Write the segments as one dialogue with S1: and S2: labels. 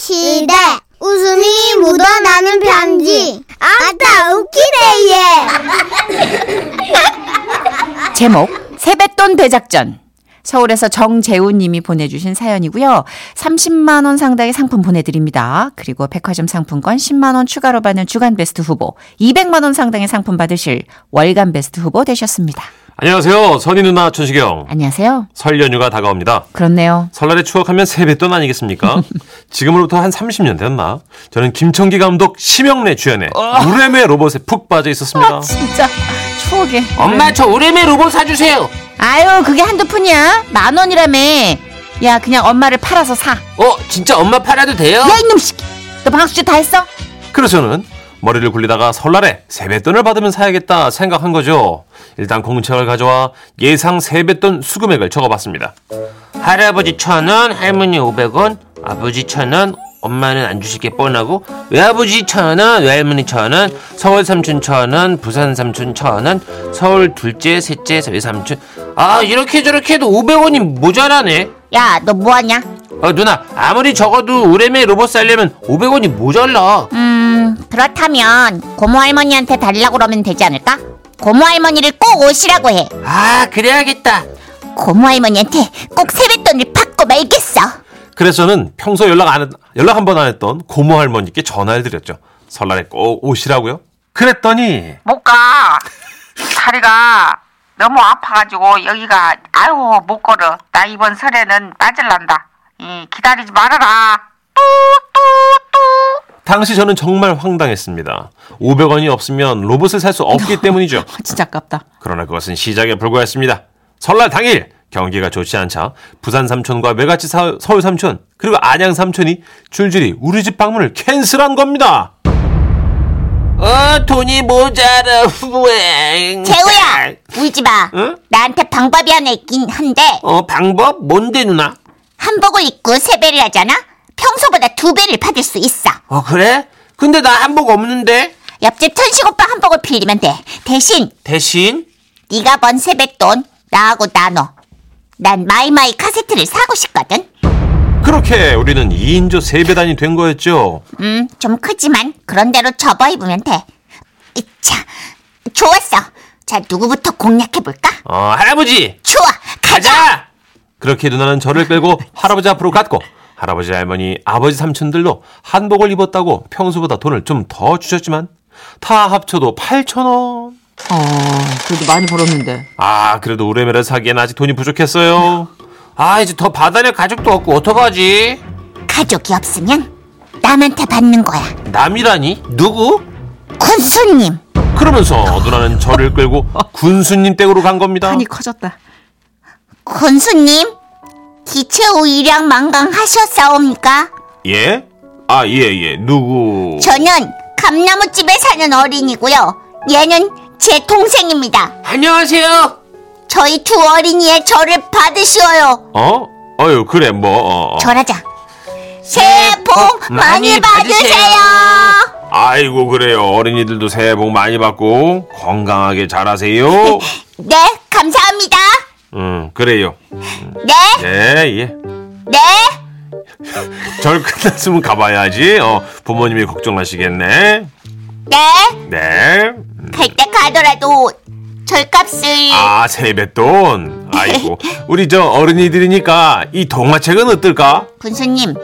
S1: 시대 웃음이 묻어나는 편지 아따 웃기네 얘
S2: 제목 세뱃돈 대작전 서울에서 정재훈 님이 보내주신 사연이고요. 30만 원 상당의 상품 보내드립니다. 그리고 백화점 상품권 10만 원 추가로 받는 주간 베스트 후보 200만 원 상당의 상품 받으실 월간 베스트 후보 되셨습니다.
S3: 안녕하세요. 선희 누나 춘식형.
S2: 안녕하세요.
S3: 설 연휴가 다가옵니다.
S2: 그렇네요.
S3: 설날의 추억하면 세뱃돈 아니겠습니까? 지금으로부터 한 30년 됐나? 저는 김청기 감독 심영래 주연의
S4: 어.
S3: 우레메 로봇에 푹 빠져 있었습니다.
S2: 아, 진짜 추억에.
S4: 엄마 저 우레메 로봇 사주세요.
S2: 아유 그게 한두 푼이야. 만 원이라며. 야 그냥 엄마를 팔아서 사.
S4: 어 진짜 엄마 팔아도 돼요?
S2: 야 이놈 씨. 너 방수제 다 했어?
S3: 그래서 저는 머리를 굴리다가 설날에 세뱃돈을 받으면 사야겠다 생각한 거죠. 일단 공책을 가져와 예상 세뱃돈 수금액을 적어봤습니다.
S4: 할아버지 천 원, 할머니 오백 원, 아버지 천 원. 엄마는 안 주실 게 뻔하고 외아버지 천 원, 외할머니 천 원, 서울 삼촌 천 원, 부산 삼촌 천 원, 서울 둘째, 셋째, 외삼촌. 아 이렇게 저렇게 해도 오백 원이 모자라네.
S2: 야 너 뭐하냐?
S4: 어 누나 아무리 적어도 우레메 로봇 살려면 오백 원이 모자라.
S2: 음, 그렇다면 고모 할머니한테 달라고 그러면 되지 않을까? 고모 할머니를 꼭 오시라고 해.
S4: 아 그래야겠다.
S2: 고모 할머니한테 꼭 세뱃돈을 받고 말겠어.
S3: 그래서 저는 평소 연락 안 했- 연락 한 번 안 했던 고모 할머니께 전화를 드렸죠. 설날에 꼭 오시라고요. 그랬더니
S5: 못 가. 다리가 너무 아파가지고 여기가 아이고 못 걸어. 나 이번 설에는 빠질란다. 이 기다리지 말아라. 뚜뚜뚜.
S3: 당시 저는 정말 황당했습니다. 500원이 없으면 로봇을 살 수 없기 때문이죠.
S2: 진짜 아깝다.
S3: 그러나 그것은 시작에 불과했습니다. 설날 당일 경기가 좋지 않자 부산 삼촌과 외갓집 사- 서울 삼촌 그리고 안양 삼촌이 줄줄이 우리 집 방문을 캔슬한 겁니다.
S4: 어 돈이 모자라 후행.
S6: 재우야 울지 마.
S4: 응?
S6: 나한테 방법이 하나 있긴 한데
S4: 어 방법 뭔데 누나?
S6: 한복을 입고 세배를 하잖아. 평소보다 두 배를 받을 수 있어.
S4: 어 그래? 근데 나 한복 없는데
S6: 옆집 천식 오빠 한복을 빌리면 돼. 대신
S4: 대신
S6: 네가 번 세뱃돈 나하고 나눠. 난 마이마이 카세트를 사고 싶거든.
S3: 그렇게 우리는 2인조 세배단이 된 거였죠.
S6: 음, 좀 크지만 그런 대로 접어 입으면 돼. 이차, 좋았어. 자, 누구부터 공략해 볼까?
S3: 어, 할아버지
S6: 좋아, 가자.
S4: 가자.
S3: 그렇게 누나는 저를 끌고 할아버지 앞으로 갔고 할아버지 할머니 아버지 삼촌들도 한복을 입었다고 평소보다 돈을 좀 더 주셨지만 다 합쳐도 8천 원.
S2: 어, 그래도 많이 벌었는데.
S3: 아 그래도 우레메를 사기엔 아직 돈이 부족했어요.
S4: 아 이제 더 받아낼 가족도 없고 어떡하지?
S6: 가족이 없으면 남한테 받는 거야.
S3: 남이라니
S4: 누구?
S6: 군수님.
S3: 그러면서 누나는 저를 끌고 군수님 댁으로 간 겁니다.
S2: 커졌다.
S6: 권수님, 기체 우이량 망강하셨사옵니까?
S3: 예? 아, 예, 예. 누구?
S6: 저는 감나무집에 사는 어린이고요. 얘는 제 동생입니다.
S4: 안녕하세요.
S6: 저희 두 어린이의 절을 받으시어요.
S3: 어? 어유, 그래, 뭐. 어, 어.
S6: 절하자. 새해 복 많이 받으세요.
S3: 아이고, 그래요. 어린이들도 새해 복 많이 받고 건강하게 자라세요.
S6: 네, 감사합니다.
S3: 음, 그래요.
S6: 네,
S3: 예, 예.
S6: 네.
S3: 절 끝났으면 가봐야지. 어, 부모님이 걱정하시겠네.
S6: 네,
S3: 네.
S6: 갈 때 가더라도 절값을
S3: 아, 세뱃돈. 아이고. 우리 저 어른이들이니까 이 동화책은 어떨까?
S6: 군수님,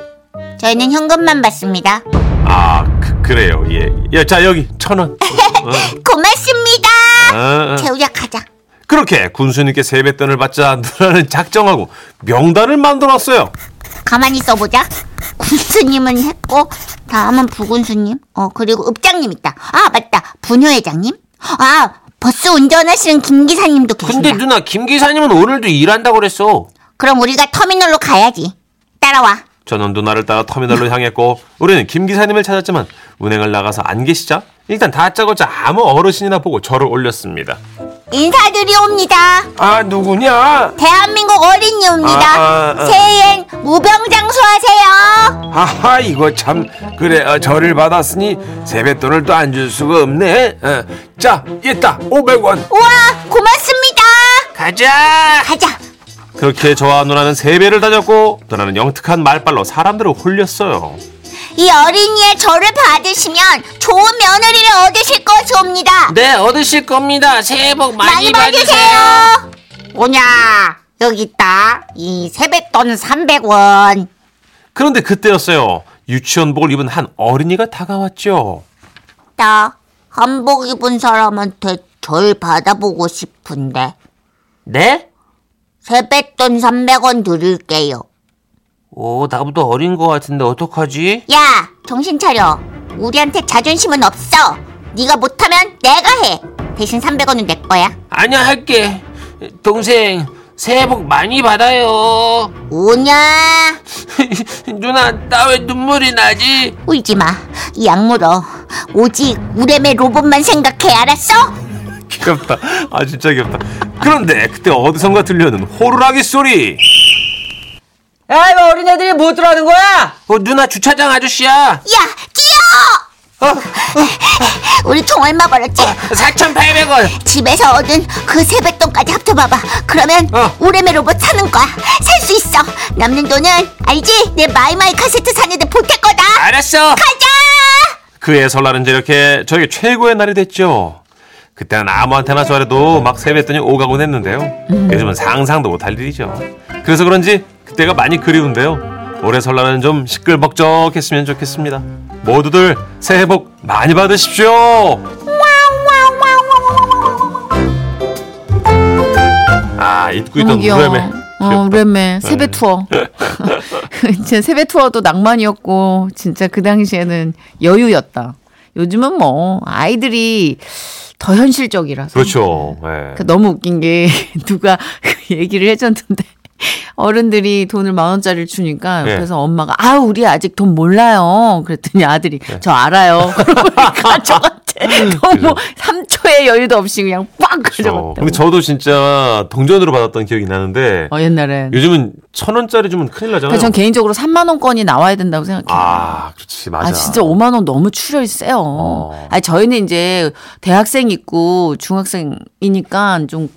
S6: 저희는 현금만 받습니다.
S3: 아, 그, 그래요. 예. 야, 자, 여기 천 원.
S6: 고맙습니다.
S3: 아, 아.
S6: 재우야 가자.
S3: 그렇게 군수님께 세뱃돈을 받자 누나는 작정하고 명단을 만들었어요.
S6: 가만히 써보자. 군수님은 했고 다음은 부군수님. 어 그리고 읍장님 있다. 아 맞다. 분효회장님. 아 버스 운전하시는 김 기사님도 계신다.
S4: 근데 누나 김 기사님은 오늘도 일한다고 그랬어.
S6: 그럼 우리가 터미널로 가야지. 따라와.
S3: 저는 누나를 따라
S4: 네.
S3: 터미널로 향했고 우리는 김 기사님을 찾았지만 운행을 나가서 안 계시자 일단 다짜고짜 아무 어르신이나 보고 저를 올렸습니다.
S6: 인사드리옵니다.
S4: 아 누구냐?
S6: 대한민국 어린이옵니다.
S4: 아, 아, 아.
S6: 새해엔 무병장수하세요.
S4: 하하 이거 참 그래 어, 절을 받았으니 세뱃돈을 또 안 줄 수가 없네. 어, 자 있다 500원.
S6: 우와 고맙습니다.
S4: 가자.
S6: 가자.
S3: 그렇게 저와 누나는 세배를 다녔고 누나는 영특한 말발로 사람들을 홀렸어요.
S6: 이 어린이의 절을 받으시면 좋은 며느리를 얻으실 것이옵니다.
S4: 네, 얻으실 겁니다. 새해 복 많이,
S6: 많이 받으세요. 오냐 여기 있다. 이 세뱃돈 300원.
S3: 그런데 그때였어요. 유치원복을 입은 한 어린이가 다가왔죠.
S6: 나 한복 입은 사람한테 절 받아보고 싶은데
S4: 네?
S6: 세뱃돈 300원 드릴게요.
S4: 오, 나보다 어린 것 같은데 어떡하지?
S6: 야 정신 차려. 우리한테 자존심은 없어. 네가 못하면 내가 해. 대신 300원은 내 거야.
S4: 아니야, 할게. 동생, 새해 복 많이 받아요.
S6: 오냐
S4: 누나, 나 왜 눈물이 나지?
S6: 울지 마. 약물어. 오직 우레메 로봇만 생각해 알았어?
S3: 귀엽다. 아 진짜 귀엽다. 그런데 그때 어디선가 들려오는 호루라기 소리.
S4: 야, 이거 어린애들이 뭐 들어가는 거야? 어, 누나 주차장 아저씨야.
S6: 야 뛰어! 우리 총 얼마 벌었지?
S4: 4,800원.
S6: 집에서 얻은 그 세뱃돈까지 합쳐봐봐. 그러면
S4: 어.
S6: 우레메 로봇 사는 거야. 살 수 있어. 남는 돈은 알지? 내 마이마이 카세트 사는데 보탤 거다.
S4: 알았어.
S3: 그해 설날은 이렇게 저에게 최고의 날이 됐죠. 그때는 아무한테나 저래도 막 세뱃돈이 오가곤 했는데요. 요즘은 상상도 못할 일이죠. 그래서 그런지 그때가 많이 그리운데요. 올해 설날은 좀 시끌벅적했으면 좋겠습니다. 모두들 새해 복 많이 받으십시오. 아 입고 있던 우레메.
S2: 어, 우레메. 세배 투어. 진짜 세배 투어도 낭만이었고, 진짜 그 당시에는 여유였다. 요즘은 뭐, 아이들이 더 현실적이라서.
S3: 그렇죠. 예.
S2: 그 너무 웃긴 게, 누가 그 얘기를 해줬는데, 어른들이 돈을 만 원짜리를 주니까
S3: 예.
S2: 옆에서 엄마가 아 우리 아직 돈 몰라요 그랬더니 아들이 저 알아요 그러고 가져갔대 너무
S3: 예. 그죠.
S2: 3초의 여유도 없이 그냥 빡
S3: 그렇죠.
S2: 가져갔다
S3: 근데 저도 진짜 동전으로 받았던 기억이 나는데
S2: 뭐. 어, 옛날에
S3: 음. 요즘은 천 원짜리 주면 큰일 나잖아요.
S2: 그러니까 전 개인적으로 3만 원권이 나와야 된다고 생각해요. 아.
S3: 아, 그렇지 맞아. 어.
S2: 진짜 5만 원 너무 출혈이 세요. 아니 저희는 이제 대학생 있고 중학생이니까 좀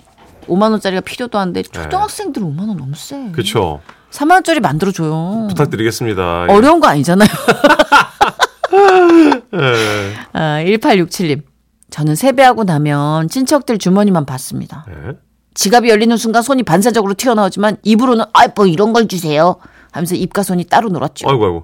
S2: 5만 원짜리가 필요도
S3: 예.
S2: 한데 초등학생들은 5만 원 너무 세.
S3: 그렇죠.
S2: 3만 원짜리 만들어 줘요.
S3: 부탁드리겠습니다. 예.
S2: 어려운 거 아니잖아요.
S3: 예.
S2: 아, 1867님. 저는 세배하고 나면 친척들 주머니만 봤습니다.
S3: 예.
S2: 지갑이 열리는 순간 손이 반사적으로 튀어나오지만 입으로는 아뭐 이런 걸 주세요 하면서 입과 손이 따로 놀았죠.
S3: 아이고 아이고.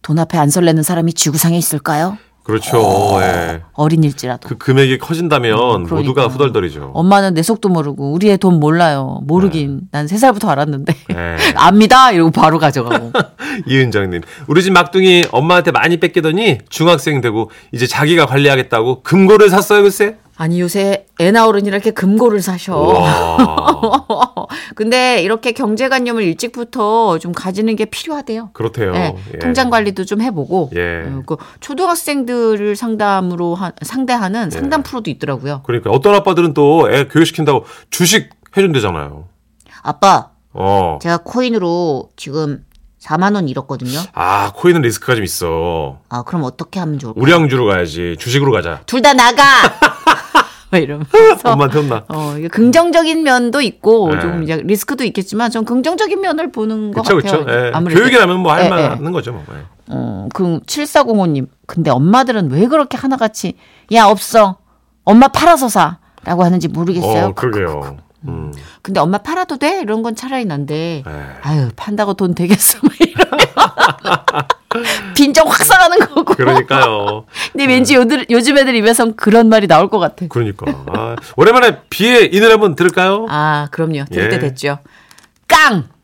S2: 돈 앞에 안 설레는 사람이 지구상에 있을까요?
S3: 그렇죠. 예.
S2: 어린일지라도.
S3: 그 금액이 커진다면
S2: 어. 그러니까.
S3: 모두가 후덜덜이죠.
S2: 엄마는 내 속도 모르고 우리의 돈 몰라요.
S3: 네.
S2: 모르긴 난 세 살부터 알았는데
S3: 예.
S2: 압니다 이러고 바로 가져가고.
S3: 이은정님, 우리 집 막둥이 엄마한테 많이 뺏기더니 중학생 되고 이제 자기가 관리하겠다고 금고를 샀어요 글쎄.
S2: 아니 요새 애 나오르니라 이렇게 금고를 사셔.
S3: 와,
S2: 근데 이렇게 경제관념을 일찍부터 좀 가지는 게 필요하대요.
S3: 그렇대요.
S2: 예,
S3: 예.
S2: 통장 관리도 좀 해보고
S3: 예.
S2: 어, 그 초등학생들을 상담으로 한- 상대하는
S3: 예.
S2: 상담 프로도 있더라고요.
S3: 그러니까 어떤 아빠들은 또 애 교육시킨다고 주식 해준대잖아요.
S6: 아빠,
S3: 어.
S6: 제가 코인으로 지금 4만 원 잃었거든요.
S3: 아, 코인은 리스크가 좀 있어.
S6: 아 그럼 어떻게 하면 좋을까?
S3: 우량주로 가야지. 주식으로 가자.
S6: 둘 다 나가.
S2: 막 이러면서
S3: 엄마한테 혼나.
S2: 어, 이게 긍정적인 면도 있고
S3: 예.
S2: 조금 이제 리스크도 있겠지만 전 긍정적인 면을 보는 것
S3: 그쵸,
S2: 같아요.
S3: 그쵸. 예.
S2: 아무래도
S3: 교육이라면 뭐
S2: 예,
S3: 할
S2: 예.
S3: 만한 거죠. 뭐. 예.
S2: 어, 그 7405님. 근데 엄마들은 왜 그렇게 하나같이 야 없어. 엄마 팔아서 사. 라고 하는지 모르겠어요.
S3: 어, 그러게요. 음.
S2: 근데 엄마 팔아도 돼? 이런 건 차라리 난데.
S3: 예.
S2: 아유, 판다고 돈 되겠어. 막 이러면 빈정 확 싸가는 거고.
S3: 그러니까요.
S2: 근데 왠지 요들, 요즘 애들 입에선 그런 말이 나올 것 같아.
S3: 그러니까. 아, 오랜만에 비의 이 노래 한번 들을까요?
S2: 아, 그럼요. 될
S3: 예.
S2: 때 됐죠. 깡!